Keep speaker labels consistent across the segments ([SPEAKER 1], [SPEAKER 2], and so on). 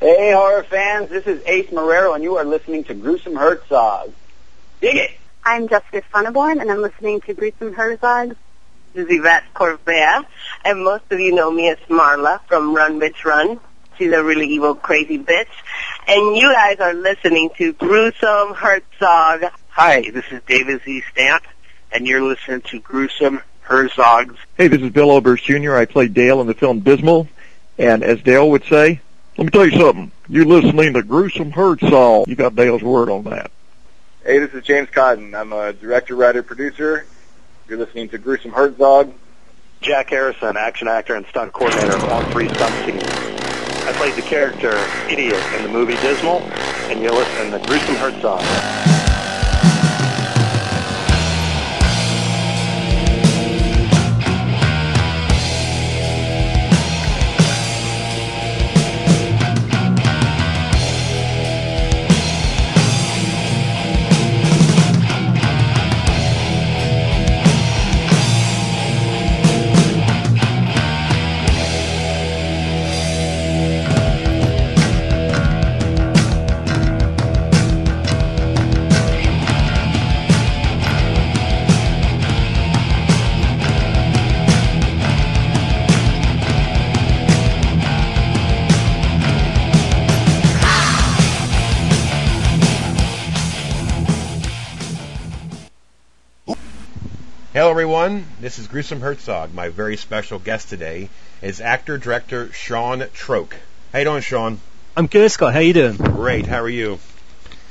[SPEAKER 1] Hey, horror fans, this is Ace Marrero, and you are listening to Gruesome Herzog. Dig it!
[SPEAKER 2] I'm Jessica Sonneborn, and I'm listening to Gruesome Herzog.
[SPEAKER 3] This is Yvette Corvea, and most of you know me as Marla from Run Bitch Run. She's a really evil, crazy bitch. And you guys are listening to Gruesome Herzog.
[SPEAKER 4] Hi, this is David Z. Stamp, and you're listening to Gruesome Herzogs.
[SPEAKER 5] Hey, this is Bill Oberst Jr. I played Dale in the film Dismal, and as Dale would say, let me tell you something. You're listening to Gruesome Herzog. You got Dale's word on that.
[SPEAKER 6] Hey, this is James Cotton. I'm a director, writer, producer. You're listening to Gruesome Herzog.
[SPEAKER 7] Jack Harrison, action actor and stunt coordinator of all three stunt teams. I played the character Idiot in the movie Dismal, and you're listening to Gruesome Herzog.
[SPEAKER 8] Hello, everyone. This is Gruesome Herzog. My very special guest today is actor director Sean Troke. How you doing, Sean?
[SPEAKER 9] I'm good, Scott. How you doing?
[SPEAKER 8] Great. How are you?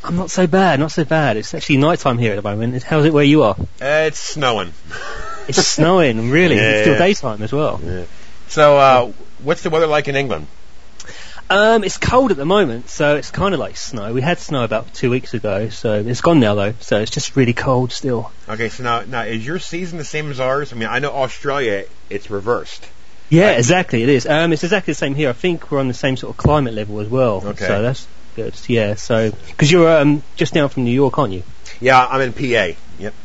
[SPEAKER 9] I'm not so bad. Not so bad. It's actually nighttime here at the moment. How's it where you are?
[SPEAKER 8] Uh, it's snowing.
[SPEAKER 9] It's snowing, really.
[SPEAKER 8] Yeah,
[SPEAKER 9] it's still
[SPEAKER 8] yeah.
[SPEAKER 9] daytime as well.
[SPEAKER 8] Yeah. So, uh, what's the weather like in England?
[SPEAKER 9] Um, it's cold at the moment, so it's kind of like snow. We had snow about two weeks ago, so it's gone now though. So it's just really cold still.
[SPEAKER 8] Okay, so now, now is your season the same as ours? I mean, I know Australia, it's reversed.
[SPEAKER 9] Yeah, exactly. It is. Um, it's exactly the same here. I think we're on the same sort of climate level as well.
[SPEAKER 8] Okay.
[SPEAKER 9] So that's good. Yeah. So because you're um, just down from New York, aren't you?
[SPEAKER 8] Yeah, I'm in PA. Yep.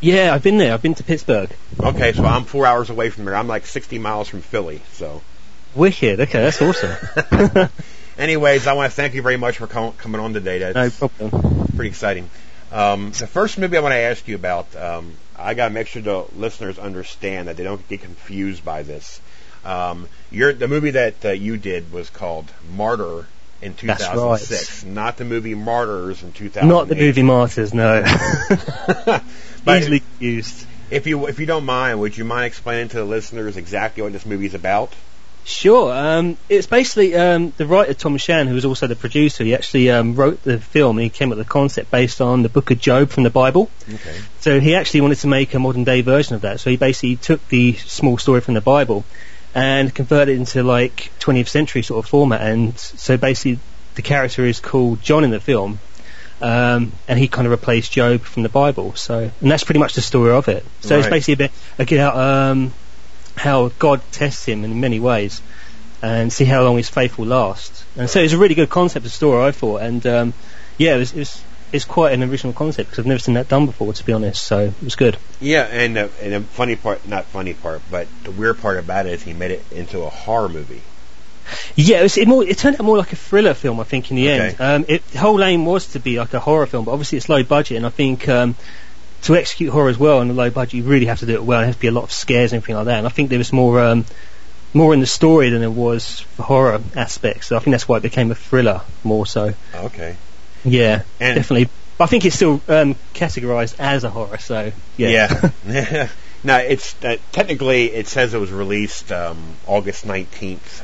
[SPEAKER 9] Yeah, I've been there. I've been to Pittsburgh.
[SPEAKER 8] Okay, so I'm four hours away from there. I'm like 60 miles from Philly. So,
[SPEAKER 9] Wicked. Okay, that's awesome.
[SPEAKER 8] anyways, I want to thank you very much for com- coming on today. That's
[SPEAKER 9] no problem.
[SPEAKER 8] pretty exciting. Um, the first movie I want to ask you about, um, I got to make sure the listeners understand that they don't get confused by this. Um, your, the movie that uh, you did was called Martyr in
[SPEAKER 9] That's right.
[SPEAKER 8] 2006, not the movie Martyrs in 2008.
[SPEAKER 9] Not the movie Martyrs. No.
[SPEAKER 8] But-
[SPEAKER 9] Easily used.
[SPEAKER 8] If you if you don't mind, would you mind explaining to the listeners exactly what this movie's about?
[SPEAKER 9] Sure. Um, it's basically um, the writer Tom Shan, who was also the producer. He actually um, wrote the film and he came up with the concept based on the Book of Job from the Bible.
[SPEAKER 8] Okay.
[SPEAKER 9] So he actually wanted to make a modern day version of that. So he basically took the small story from the Bible and converted it into like 20th century sort of format. And so basically, the character is called John in the film, um, and he kind of replaced Job from the Bible. So and that's pretty much the story of it. So it's
[SPEAKER 8] Right.
[SPEAKER 9] basically a bit again how, um, how God tests him in many ways. And see how long his faith will last. And so it's a really good concept of story, I thought. And um, yeah, it was, it was it's quite an original concept because I've never seen that done before, to be honest. So it was good.
[SPEAKER 8] Yeah, and uh, and the funny part, not funny part, but the weird part about it is he made it into a horror movie.
[SPEAKER 9] Yeah, it, was, it, more, it turned out more like a thriller film, I think, in the
[SPEAKER 8] Okay.
[SPEAKER 9] end. Um, it, the whole aim was to be like a horror film, but obviously it's low budget, and I think um, to execute horror as well on a low budget, you really have to do it well. There has to be a lot of scares and everything like that. And I think there was more um, more in the story than there was for horror aspects. So I think that's why it became a thriller more so.
[SPEAKER 8] Okay.
[SPEAKER 9] Yeah,
[SPEAKER 8] And-
[SPEAKER 9] definitely. But I think it's still um, categorized as a horror. So
[SPEAKER 8] Yeah. now it's uh, technically it says it was released um, August nineteenth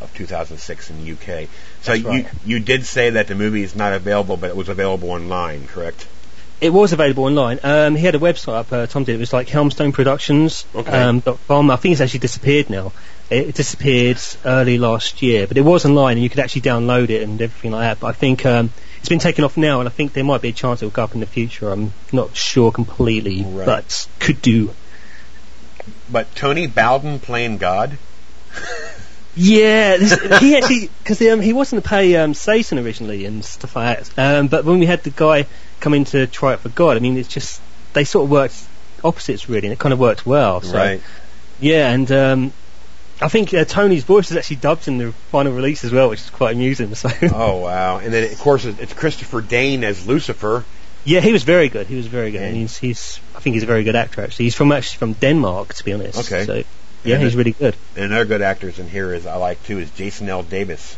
[SPEAKER 8] of 2006 in the UK. So
[SPEAKER 9] That's right.
[SPEAKER 8] you you did say that the movie is not available, but it was available online, correct?
[SPEAKER 9] It was available online. Um, he had a website up. Uh, Tom did. It was like Helmstone Productions.
[SPEAKER 8] Okay.
[SPEAKER 9] Um, dot com. I think it's actually disappeared now. It, it disappeared early last year, but it was online, and you could actually download it and everything like that. But I think um, it's been taken off now, and I think there might be a chance it will go up in the future. I'm not sure completely,
[SPEAKER 8] Right.
[SPEAKER 9] but could do.
[SPEAKER 8] But Tony Bowden playing God.
[SPEAKER 9] Yeah, this, he actually because um, he was going to play um, Satan originally and stuff like that. Um, but when we had the guy come in to try it for God, I mean, it's just they sort of worked opposites really, and it kind of worked well. So, Yeah, and um, I think uh, Tony's voice is actually dubbed in the final release as well, which is quite amusing. So
[SPEAKER 8] Oh wow! And then of course it's Christopher Dane as Lucifer.
[SPEAKER 9] yeah, he was very good. He was very good.
[SPEAKER 8] Yeah.
[SPEAKER 9] And he's, he's I think he's a very good actor actually. He's from actually from Denmark to be honest.
[SPEAKER 8] Okay.
[SPEAKER 9] So yeah,
[SPEAKER 8] And
[SPEAKER 9] he's
[SPEAKER 8] the-
[SPEAKER 9] really good.
[SPEAKER 8] And another good actors in here is I like too is Jason L. Davis.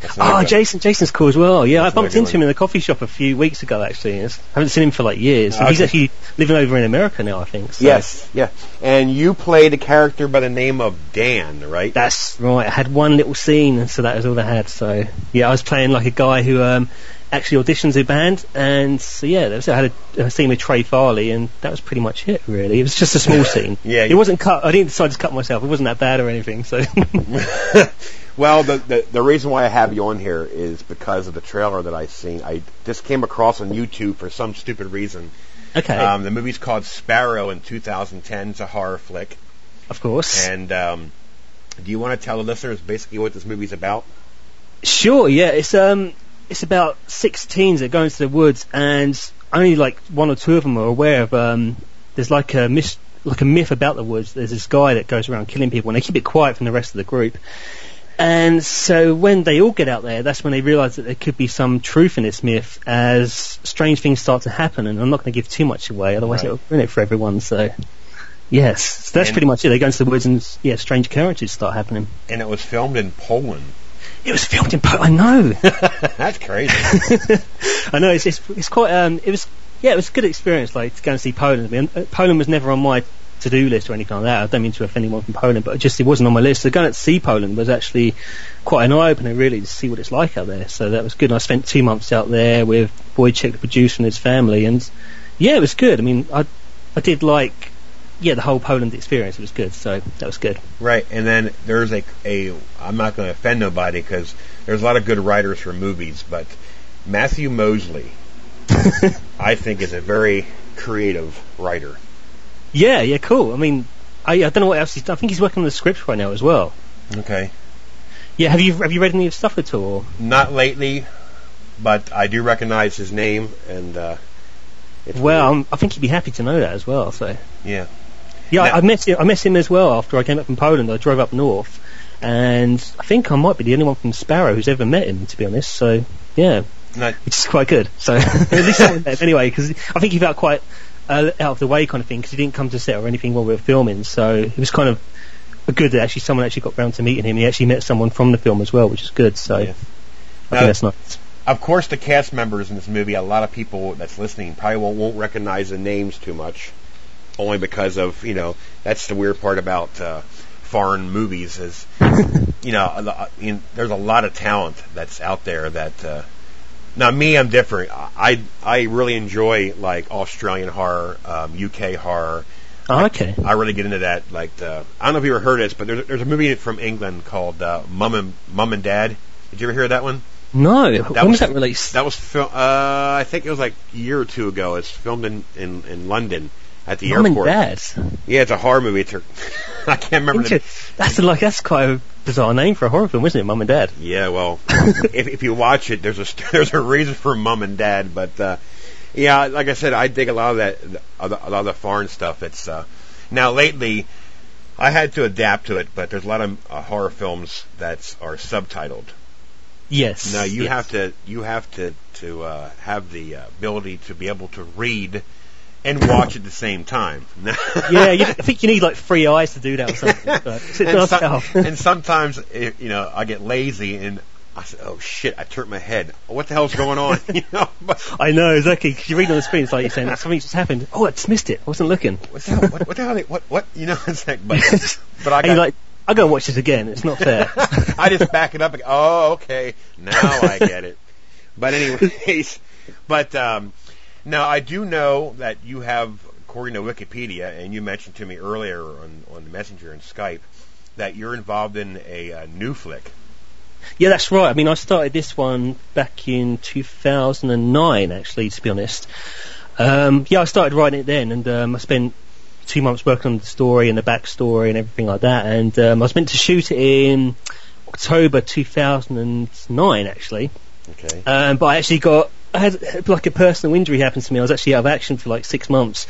[SPEAKER 8] That's another
[SPEAKER 9] Oh,
[SPEAKER 8] good-
[SPEAKER 9] Jason, Jason's cool as well. Yeah,
[SPEAKER 8] That's
[SPEAKER 9] I bumped
[SPEAKER 8] another good
[SPEAKER 9] into him
[SPEAKER 8] one.
[SPEAKER 9] in the coffee shop a few weeks ago. Actually, It's- I haven't seen him for like years. And He's
[SPEAKER 8] Ah, Okay.
[SPEAKER 9] actually living over in America now, I think. So
[SPEAKER 8] Yes, yeah. And you played a character by the name of Dan, right?
[SPEAKER 9] that's right. I had one little scene, and so that was all I had. So yeah, I was playing like a guy who um, actually auditions a band, and so yeah, that was, I had a, a scene with Trey Farley, and that was pretty much it. Really, it was just a small scene.
[SPEAKER 8] Yeah,
[SPEAKER 9] it
[SPEAKER 8] you-
[SPEAKER 9] wasn't cut. I didn't decide to cut myself. It wasn't that bad or anything. So
[SPEAKER 8] well, the, the the reason why I have you on here is because of the trailer that I seen. I just came across on YouTube for some stupid reason.
[SPEAKER 9] okay,
[SPEAKER 8] Um, the movie's called Sparrow in 2010. It's a horror flick.
[SPEAKER 9] of course.
[SPEAKER 8] And um, do you want to tell the listeners basically what this movie's about?
[SPEAKER 9] Sure, yeah. It's um, it's about six teens that go into the woods, and only like one or two of them are aware of um. There's like a mis- like a myth about the woods. There's this guy that goes around killing people, and they keep it quiet from the rest of the group. And so when they all get out there, that's when they realise that there could be some truth in this myth, as strange things start to happen. And I'm not going to give too much away, otherwise
[SPEAKER 8] Right.
[SPEAKER 9] it'll ruin it for everyone. So. Yes, so that's
[SPEAKER 8] And-
[SPEAKER 9] pretty much it. They go into the woods and yeah, strange occurrences start happening.
[SPEAKER 8] And it was filmed in Poland.
[SPEAKER 9] It was filmed in Poland. I know.
[SPEAKER 8] That's crazy.
[SPEAKER 9] I know it's, it's it's quite um it was yeah it was a good experience like to go and see Poland. I mean, uh, Poland was never on my to do list or anything like that. I don't mean to offend anyone from Poland, but it just it wasn't on my list. So going out to see Poland was actually quite an eye opener really to see what it's like out there. So that was good. And I spent two months out there with Wojciech, the producer, and his family, and yeah, it was good. I mean, I I did like yeah the whole Poland experience. It was good. So that was good.
[SPEAKER 8] Right, and then there's a a I'm not going to offend nobody because there's a lot of good writers for movies, but Matthew Mosley, I think, is a very creative writer.
[SPEAKER 9] Yeah, yeah, cool. I mean, I I don't know what else he's done. I think he's working on the script right now as well.
[SPEAKER 8] Okay,
[SPEAKER 9] Yeah, have you have you read any of his stuff at all?
[SPEAKER 8] not lately, but I do recognize his name, and uh, it's
[SPEAKER 9] Well, I'm, I think he'd be happy to know that as well. So
[SPEAKER 8] yeah,
[SPEAKER 9] yeah,
[SPEAKER 8] Now-
[SPEAKER 9] I, I met him, I met him as well after I came up from Poland. I drove up north, and I think I might be the only one from Sparrow who's ever met him, to be honest. So yeah,
[SPEAKER 8] Now-
[SPEAKER 9] which is quite good. So at least someone met him anyway, because I think he felt quite uh, out of the way kind of thing because he didn't come to set or anything while we were filming. So it was kind of good that actually someone actually got round to meeting him. He actually met someone from the film as well, which is good. So
[SPEAKER 8] Yeah.
[SPEAKER 9] I
[SPEAKER 8] Now-
[SPEAKER 9] think that's nice.
[SPEAKER 8] of course the cast members in this movie. A lot of people that's listening probably won't, won't recognize the names too much, only because of you know that's the weird part about uh, foreign movies is you know, a lo- in, there's a lot of talent that's out there that. Uh, now, me, I'm different. I I really enjoy like Australian horror, um, UK horror.
[SPEAKER 9] Oh, okay.
[SPEAKER 8] I really get into that. Like, the, I don't know if you ever heard of this, but there's, there's a movie from England called uh, Mum and Mum and Dad. Did you ever hear of that one?
[SPEAKER 9] No, when
[SPEAKER 8] was-
[SPEAKER 9] was that released?
[SPEAKER 8] That was fil- uh, I think it was like a year or two ago. It's filmed in in, in London at the
[SPEAKER 9] Mum and
[SPEAKER 8] airport.
[SPEAKER 9] Dad.
[SPEAKER 8] Yeah, it's a horror movie. It's a, I can't remember the,
[SPEAKER 9] Inter- That's like that's quite a bizarre name for a horror film, isn't it? Mum and Dad.
[SPEAKER 8] Yeah, well, if, if you watch it, there's a st- there's a reason for mom and dad, but uh, yeah, like I said, I dig a lot of that a lot of the foreign stuff. It's uh, now lately, I had to adapt to it, but there's a lot of uh, horror films that are subtitled.
[SPEAKER 9] Yes.
[SPEAKER 8] Now you
[SPEAKER 9] yes.
[SPEAKER 8] have to you have to to uh, have the uh, ability to be able to read and watch at the same time.
[SPEAKER 9] yeah, you, I think you need like three eyes to do that or something. but sit
[SPEAKER 8] and,
[SPEAKER 9] down
[SPEAKER 8] some-
[SPEAKER 9] yourself.
[SPEAKER 8] and sometimes, eh, you know, I get lazy and I say, "Oh shit!" I turn my head. What the hell's going on? you know, but
[SPEAKER 9] I know exactly. 'cause you read on the screen, it's like you're saying something just happened. Oh, I just missed it. I wasn't looking.
[SPEAKER 8] what's that? What, what the hell? What? What? You know, it's like, but, but I
[SPEAKER 9] And you're
[SPEAKER 8] got,
[SPEAKER 9] like, I gotta watch this again. It's not fair.
[SPEAKER 8] I just back it up. and go, Oh, okay, now I get it. But anyways, but um, now I do know that you have, according to Wikipedia, and you mentioned to me earlier on on Messenger and Skype, that you're involved in a, uh new flick.
[SPEAKER 9] Yeah, that's right. I mean, I started this one back in 2009, actually, to be honest. Um, yeah, I started writing it then, and um, I spent two months working on the story and the backstory and everything like that. And um, I was meant to shoot it in October 2009, actually.
[SPEAKER 8] Okay.
[SPEAKER 9] Um, but I actually got I had like a personal injury happen to me. I was actually out of action for like six months.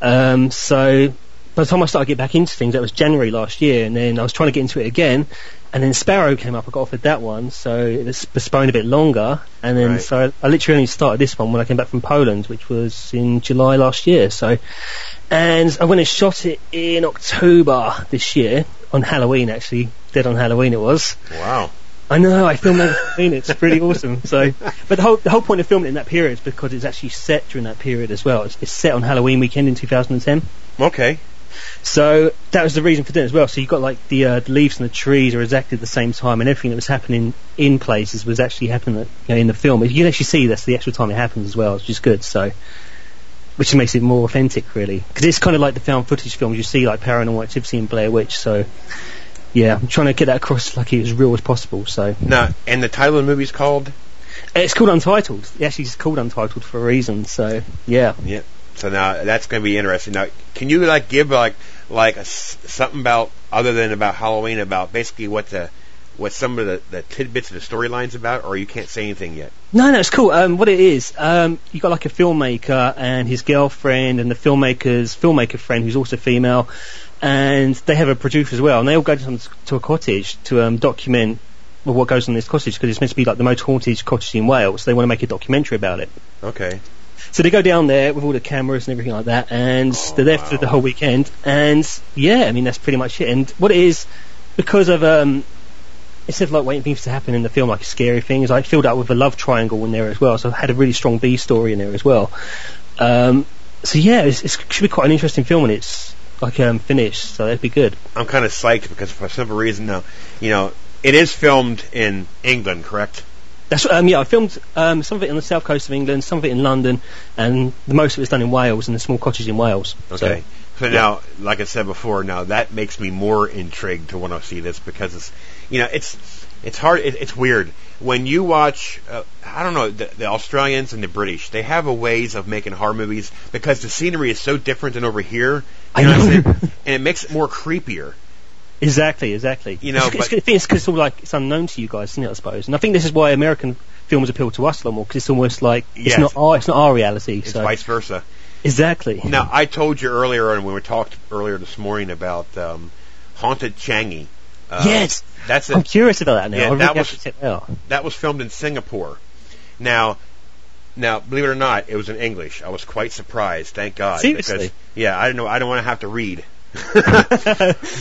[SPEAKER 9] Um, so by the time I started getting back into things, that was January last year, and then I was trying to get into it again, and then Sparrow came up. I got offered that one, so it was postponed a bit longer, and then
[SPEAKER 8] Right.
[SPEAKER 9] so I, I literally only started this one when I came back from Poland, which was in July last year. So, and I went and shot it in October this year on Halloween, actually, dead on Halloween it was.
[SPEAKER 8] Wow.
[SPEAKER 9] I know. I filmed over Halloween. It's pretty awesome. So, but the whole the whole point of filming it in that period is because it's actually set during that period as well. It's, it's set on Halloween weekend in 2010.
[SPEAKER 8] Okay.
[SPEAKER 9] So that was the reason for doing it as well. So you got like the, uh, the leaves and the trees are exactly the same time, and everything that was happening in places was actually happening you know, in the film. You can actually see that's the actual time it happens as well, which is good. So, which makes it more authentic, really, because it's kind of like the found footage films you see, like Paranormal Activity and Blair Witch. So, yeah, I'm trying to get that across like it as real as possible. So.
[SPEAKER 8] Now, and the title of the movie's called.
[SPEAKER 9] It's called Untitled. It actually is called Untitled for a reason. So yeah,
[SPEAKER 8] So now that's going to be interesting. Now, can you like give like like a s something about other than about Halloween about basically what the what some of the, the tidbits of the storyline's about, or you can't say anything yet?
[SPEAKER 9] no, no, it's cool. Um, what it is, um, you got like a filmmaker and his girlfriend, and the filmmaker's filmmaker friend who's also female, and they have a producer as well, and they all go to, some, to a cottage to um, document well, what goes on in this cottage because it's meant to be like the most haunted cottage in Wales. They want to make a documentary about it.
[SPEAKER 8] Okay.
[SPEAKER 9] So they go down there with all the cameras and everything like that, and
[SPEAKER 8] Oh,
[SPEAKER 9] they're there
[SPEAKER 8] wow.
[SPEAKER 9] for the whole weekend. And yeah, I mean that's pretty much it. And what it is, because of um, instead of like waiting for things to happen in the film, like scary things, I filled out with a love triangle in there as well. So I had a really strong B story in there as well. Um, so yeah, it's, it's, it should be quite an interesting film when it's like um, finished. So that'd be good.
[SPEAKER 8] I'm kind of psyched because for some reason now, you know, it is filmed in England, correct?
[SPEAKER 9] That's um, yeah. I filmed um, some of it on the south coast of England, some of it in London, and the most of it was done in Wales in a small cottage in Wales. So-
[SPEAKER 8] Okay. So, now, like I said before, now that makes me more intrigued to want to see this because it's, you know, it's it's hard, it, it's weird when you watch. Uh, I don't know the, the Australians and the British. They have a ways of making horror movies because the scenery is so different than over here.
[SPEAKER 9] I
[SPEAKER 8] You know,
[SPEAKER 9] know.
[SPEAKER 8] what I'm saying? and it makes it more creepier.
[SPEAKER 9] Exactly, exactly.
[SPEAKER 8] You know,
[SPEAKER 9] it's, it's,
[SPEAKER 8] but-
[SPEAKER 9] it's, it's 'cause it's all like it's unknown to you guys, isn't it? I suppose, and I think this is why American films appeal to us a lot more because it's almost like
[SPEAKER 8] Yes.
[SPEAKER 9] it's not our it's not our reality.
[SPEAKER 8] It's
[SPEAKER 9] so
[SPEAKER 8] vice versa.
[SPEAKER 9] exactly.
[SPEAKER 8] Now, I told you earlier, and when we talked earlier this morning about um, haunted Changi. Uh,
[SPEAKER 9] yes,
[SPEAKER 8] that's
[SPEAKER 9] I'm
[SPEAKER 8] it.
[SPEAKER 9] curious about that now.
[SPEAKER 8] Yeah,
[SPEAKER 9] I really
[SPEAKER 8] that
[SPEAKER 9] have
[SPEAKER 8] was-
[SPEAKER 9] to check that out.
[SPEAKER 8] That was filmed in Singapore. Now, now, believe it or not, it was in English. I was quite surprised. Thank God.
[SPEAKER 9] Seriously?
[SPEAKER 8] Because, yeah, I don't know. I don't want to have to read.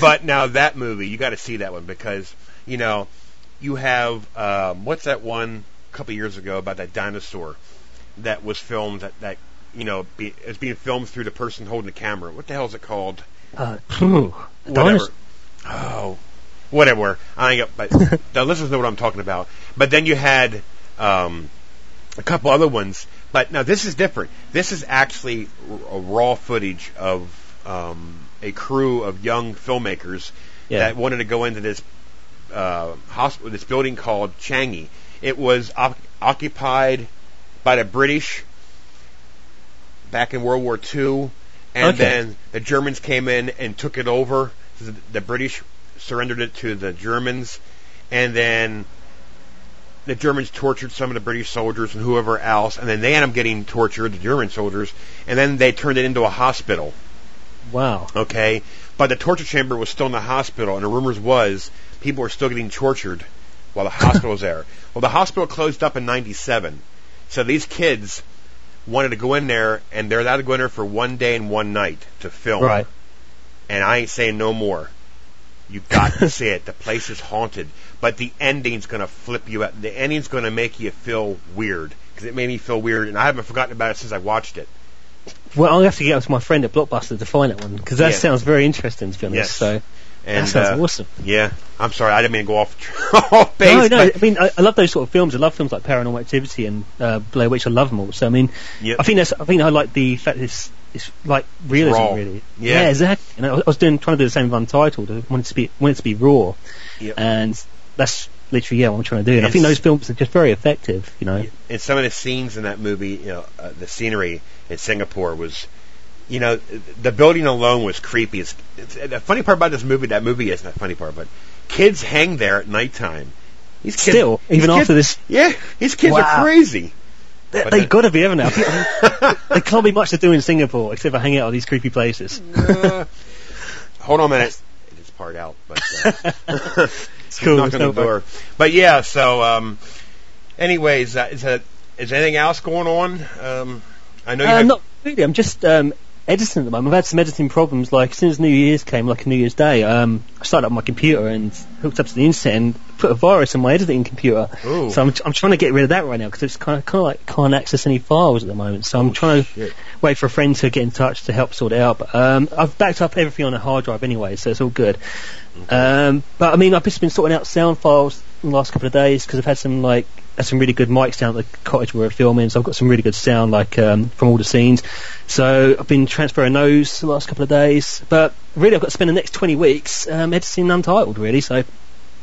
[SPEAKER 8] but now that movie, you got to see that one because you know you have um, what's that one a couple years ago about that dinosaur that was filmed that that you know be, is being filmed through the person holding the camera. What the hell is it called?
[SPEAKER 9] Uh, phew.
[SPEAKER 8] whatever.
[SPEAKER 9] Dinos-
[SPEAKER 8] Oh, whatever. I ain't got, but the listeners know what I'm talking about. But then you had um, a couple other ones. But now this is different. This is actually r- raw footage of um, a crew of young filmmakers
[SPEAKER 9] Yeah.
[SPEAKER 8] that wanted to go into this uh, hospital, this building called Changi. It was op- occupied by the British back in World War II, and
[SPEAKER 9] Okay.
[SPEAKER 8] then the Germans came in and took it over. The, the British surrendered it to the Germans, and then the Germans tortured some of the British soldiers and whoever else, and then they ended up getting tortured, the German soldiers, and then they turned it into a hospital
[SPEAKER 9] Wow.
[SPEAKER 8] okay? But the torture chamber was still in the hospital, and the rumors was people were still getting tortured while the hospital was there. Well, the hospital closed up in '97, so these kids wanted to go in there, and they're allowed to go in there for one day and one night to film.
[SPEAKER 9] Right.
[SPEAKER 8] And I ain't saying no more. You got to see it. The place is haunted, but the ending's gonna flip you out. The ending's gonna make you feel weird because it made me feel weird, and I haven't forgotten about it since I watched it.
[SPEAKER 9] Well, I'll have to get up to my friend at Blockbuster to find that one because that
[SPEAKER 8] Yeah.
[SPEAKER 9] sounds very interesting to be honest.
[SPEAKER 8] Yes.
[SPEAKER 9] So
[SPEAKER 8] And
[SPEAKER 9] that sounds
[SPEAKER 8] uh,
[SPEAKER 9] awesome.
[SPEAKER 8] Yeah, I'm sorry, I didn't mean to go off, off base.
[SPEAKER 9] no, no.
[SPEAKER 8] but-
[SPEAKER 9] I mean, I, I love those sort of films. I love films like Paranormal Activity and uh, Blair Witch. I love them all. So I mean,
[SPEAKER 8] Yep.
[SPEAKER 9] I think that's. I think I like the fact that it's, it's like realism,
[SPEAKER 8] raw.
[SPEAKER 9] really.
[SPEAKER 8] Yeah.
[SPEAKER 9] exactly. And I was- I was doing trying to do the same with Untitled. I wanted it to be wanted it to be raw,
[SPEAKER 8] Yep.
[SPEAKER 9] and that's literally yeah what I'm trying to do. And I think
[SPEAKER 8] It's-
[SPEAKER 9] those films are just very effective. You know,
[SPEAKER 8] and some of the scenes in that movie, you know, uh, the scenery in Singapore was, you know, the building alone was creepy. It's, it's, the funny part about this movie, that movie is not funny part, but kids hang there at nighttime. These kids,
[SPEAKER 9] still
[SPEAKER 8] these
[SPEAKER 9] even after
[SPEAKER 8] kids-
[SPEAKER 9] this,
[SPEAKER 8] yeah, these kids are
[SPEAKER 9] Wow.
[SPEAKER 8] crazy.
[SPEAKER 9] they,
[SPEAKER 8] But
[SPEAKER 9] they
[SPEAKER 8] the-
[SPEAKER 9] got to be ever now. I mean, there can't be much to do in Singapore except for hang out at these creepy places.
[SPEAKER 8] Uh, hold on a minute. It is part out, but uh,
[SPEAKER 9] Cool,
[SPEAKER 8] knocking
[SPEAKER 9] so
[SPEAKER 8] the door. But yeah, so um, anyways, uh, is, that, is anything else going on? Um, I know you
[SPEAKER 9] Uh,
[SPEAKER 8] have,
[SPEAKER 9] not really. I'm just um, editing at the moment. I've had some editing problems. Like as soon as New Year's came, like New Year's Day, um, I started up my computer and hooked up to the internet and put a virus on my editing computer.
[SPEAKER 8] Ooh.
[SPEAKER 9] So I'm, I'm trying to get rid of that right now because it's kind of, kind of like can't access any files at the moment. So I'm trying
[SPEAKER 8] Oh, shit.
[SPEAKER 9] to wait for a friend to get in touch to help sort it out. But um, I've backed up everything on a hard drive anyway, so it's all good. Um, but I mean, I've just been sorting out sound files in the last couple of days because I've had some like had some really good mics down at the cottage we we're filming, so I've got some really good sound like um, from all the scenes. So I've been transferring those the last couple of days, but really I've got to spend the next 20 weeks um, editing Untitled really. So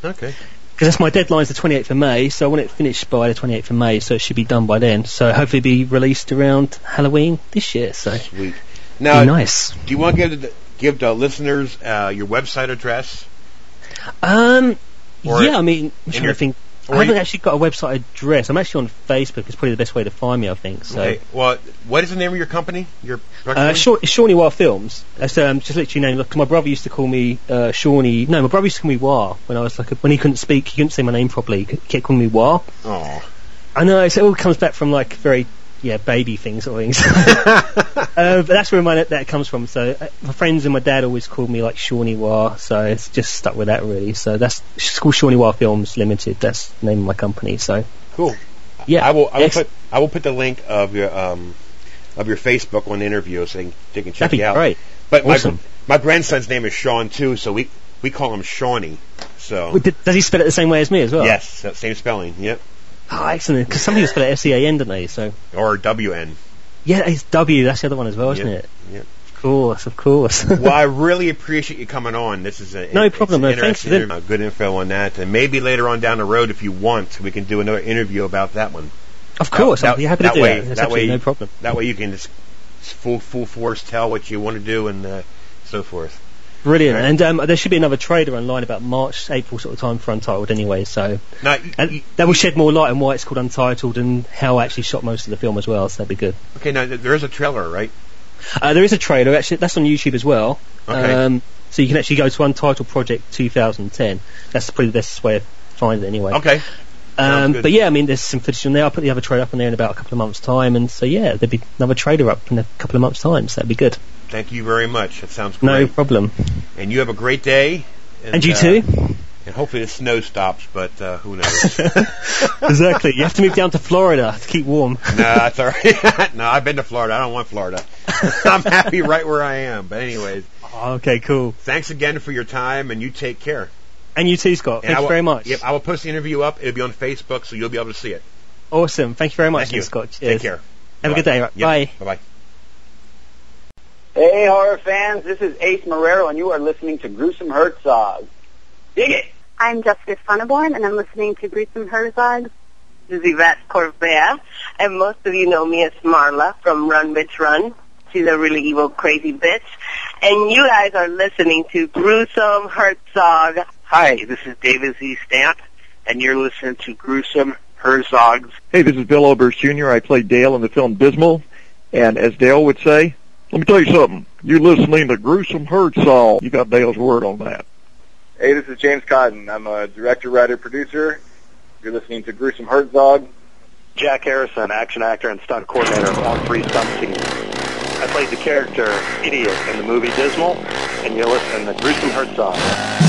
[SPEAKER 8] okay.
[SPEAKER 9] because that's my deadline's the 28th of May, so I want it finished by the 28th of May, so it should be done by then. So hopefully be released around Halloween this year. So it'd
[SPEAKER 8] Sweet.
[SPEAKER 9] be
[SPEAKER 8] Now,
[SPEAKER 9] nice.
[SPEAKER 8] do you want to give the, give the listeners uh, your website address?
[SPEAKER 9] Um,
[SPEAKER 8] Or-
[SPEAKER 9] yeah, I mean, I'm
[SPEAKER 8] in
[SPEAKER 9] trying
[SPEAKER 8] your-
[SPEAKER 9] to think.
[SPEAKER 8] or
[SPEAKER 9] I haven't
[SPEAKER 8] you-
[SPEAKER 9] actually got a website address. I'm actually on Facebook. It's probably the best way to find me, I think. So,
[SPEAKER 8] Okay. Well, what is the name of your company? Your production
[SPEAKER 9] uh,
[SPEAKER 8] company?
[SPEAKER 9] Shaw- it's Shawnee War Films. That's um, just literally name. Look, my brother used to call me uh, Shawnee. No, my brother used to call me War when I was like, a, when he couldn't speak, he couldn't say my name properly. He kept calling me War.
[SPEAKER 8] Aw.
[SPEAKER 9] I know it's, it all comes back from like very yeah baby things sort of things. uh, but that's where my that comes from. So uh, my friends and my dad always called me like Shawnee War, so it's just stuck with that really. So that's it's called Shawnee War Films Limited. That's the name of my company. So
[SPEAKER 8] Cool.
[SPEAKER 9] yeah,
[SPEAKER 8] I will. I will
[SPEAKER 9] ex-
[SPEAKER 8] put. I will put the link of your um of your Facebook on the interview so they can, they can check
[SPEAKER 9] that'd be
[SPEAKER 8] you out.
[SPEAKER 9] great.
[SPEAKER 8] But
[SPEAKER 9] Awesome.
[SPEAKER 8] my my grandson's name is Sean too, so we we call him Shawnee. So
[SPEAKER 9] Well, d- Does he spell it the uh, same way as me as well?
[SPEAKER 8] yes, that same spelling. Yep.
[SPEAKER 9] Oh, excellent. Because some people spell it S E A N, don't they? So
[SPEAKER 8] Or WN.
[SPEAKER 9] yeah, it's W. That's the other one as well, isn't
[SPEAKER 8] Yeah,
[SPEAKER 9] it?
[SPEAKER 8] yeah.
[SPEAKER 9] Of course, of course.
[SPEAKER 8] well, I really appreciate you coming on. This is a
[SPEAKER 9] No
[SPEAKER 8] it's
[SPEAKER 9] problem,
[SPEAKER 8] an
[SPEAKER 9] man. Thanks
[SPEAKER 8] interesting
[SPEAKER 9] for the-
[SPEAKER 8] interview. Good info on that, and maybe later on down the road, if you want, we can do another interview about that one.
[SPEAKER 9] of course,
[SPEAKER 8] that-
[SPEAKER 9] I'll be happy
[SPEAKER 8] that
[SPEAKER 9] to do
[SPEAKER 8] way-
[SPEAKER 9] that. That's
[SPEAKER 8] that
[SPEAKER 9] absolutely
[SPEAKER 8] way-
[SPEAKER 9] no problem.
[SPEAKER 8] That way, you can just full full force tell what you want to do and uh, so forth.
[SPEAKER 9] Brilliant.
[SPEAKER 8] Right.
[SPEAKER 9] And um, there should be another trader online about March, April sort of time for Untitled anyway. So
[SPEAKER 8] Now,
[SPEAKER 9] and that will shed more light on why it's called Untitled and how I actually shot most of the film as well. So that'd be good.
[SPEAKER 8] okay, now there is a trailer, right?
[SPEAKER 9] Uh, there is a trailer actually. That's on YouTube as well.
[SPEAKER 8] Okay.
[SPEAKER 9] Um, so you can actually go to Untitled Project 2010. That's probably the best way of finding it anyway.
[SPEAKER 8] Okay, sounds
[SPEAKER 9] Um,
[SPEAKER 8] good.
[SPEAKER 9] but yeah, I mean, there's some footage on there. I'll put the other trailer up on there in about a couple of months' time. And so yeah, there'd be another trailer up in a couple of months' time. So that'd be good.
[SPEAKER 8] thank you very much. That sounds
[SPEAKER 9] No
[SPEAKER 8] great.
[SPEAKER 9] problem.
[SPEAKER 8] And you have a great day.
[SPEAKER 9] And you
[SPEAKER 8] uh,
[SPEAKER 9] too.
[SPEAKER 8] And hopefully the snow stops, but uh, who knows? no,
[SPEAKER 9] exactly. You have to move down to Florida to keep warm.
[SPEAKER 8] that's all right. no, I've been to Florida. I don't want Florida. I'm happy right where I am. But anyways,
[SPEAKER 9] Oh, okay, cool.
[SPEAKER 8] thanks again for your time, and you take care.
[SPEAKER 9] And you too, Scott.
[SPEAKER 8] And I
[SPEAKER 9] Thank you
[SPEAKER 8] will-
[SPEAKER 9] very much.
[SPEAKER 8] Yep, I will post the interview up. It'll be on Facebook, so you'll be able to see it.
[SPEAKER 9] Awesome. Thank you very much,
[SPEAKER 8] Thank you.
[SPEAKER 9] Scott. Cheers.
[SPEAKER 8] Take care.
[SPEAKER 9] Have a good day. Right. Bye.
[SPEAKER 8] Bye bye.
[SPEAKER 1] Hey, horror fans, this is Ace Marrero, and you are listening to Gruesome Herzog. Dig it!
[SPEAKER 2] I'm Jessica Sonneborn, and I'm listening to Gruesome Herzog.
[SPEAKER 3] This is Yvette Corvea, and most of you know me as Marla from Run Bitch Run. She's a really evil, crazy bitch. And you guys are listening to Gruesome Herzog.
[SPEAKER 4] Hi, this is David Z. Stamp, and you're listening to Gruesome Herzog's
[SPEAKER 5] Hey, this is Bill Oberst Jr. I played Dale in the film Dismal, and as Dale would say, let me tell you something. You're listening to Gruesome Herzog. You got Dale's word on that.
[SPEAKER 6] Hey, this is James Cotton. I'm a director, writer, producer. You're listening to Gruesome Herzog.
[SPEAKER 7] Jack Harrison, action actor and stunt coordinator of all three stunt teams. I played the character Idiot in the movie Dismal, and you're listening to Gruesome Herzog.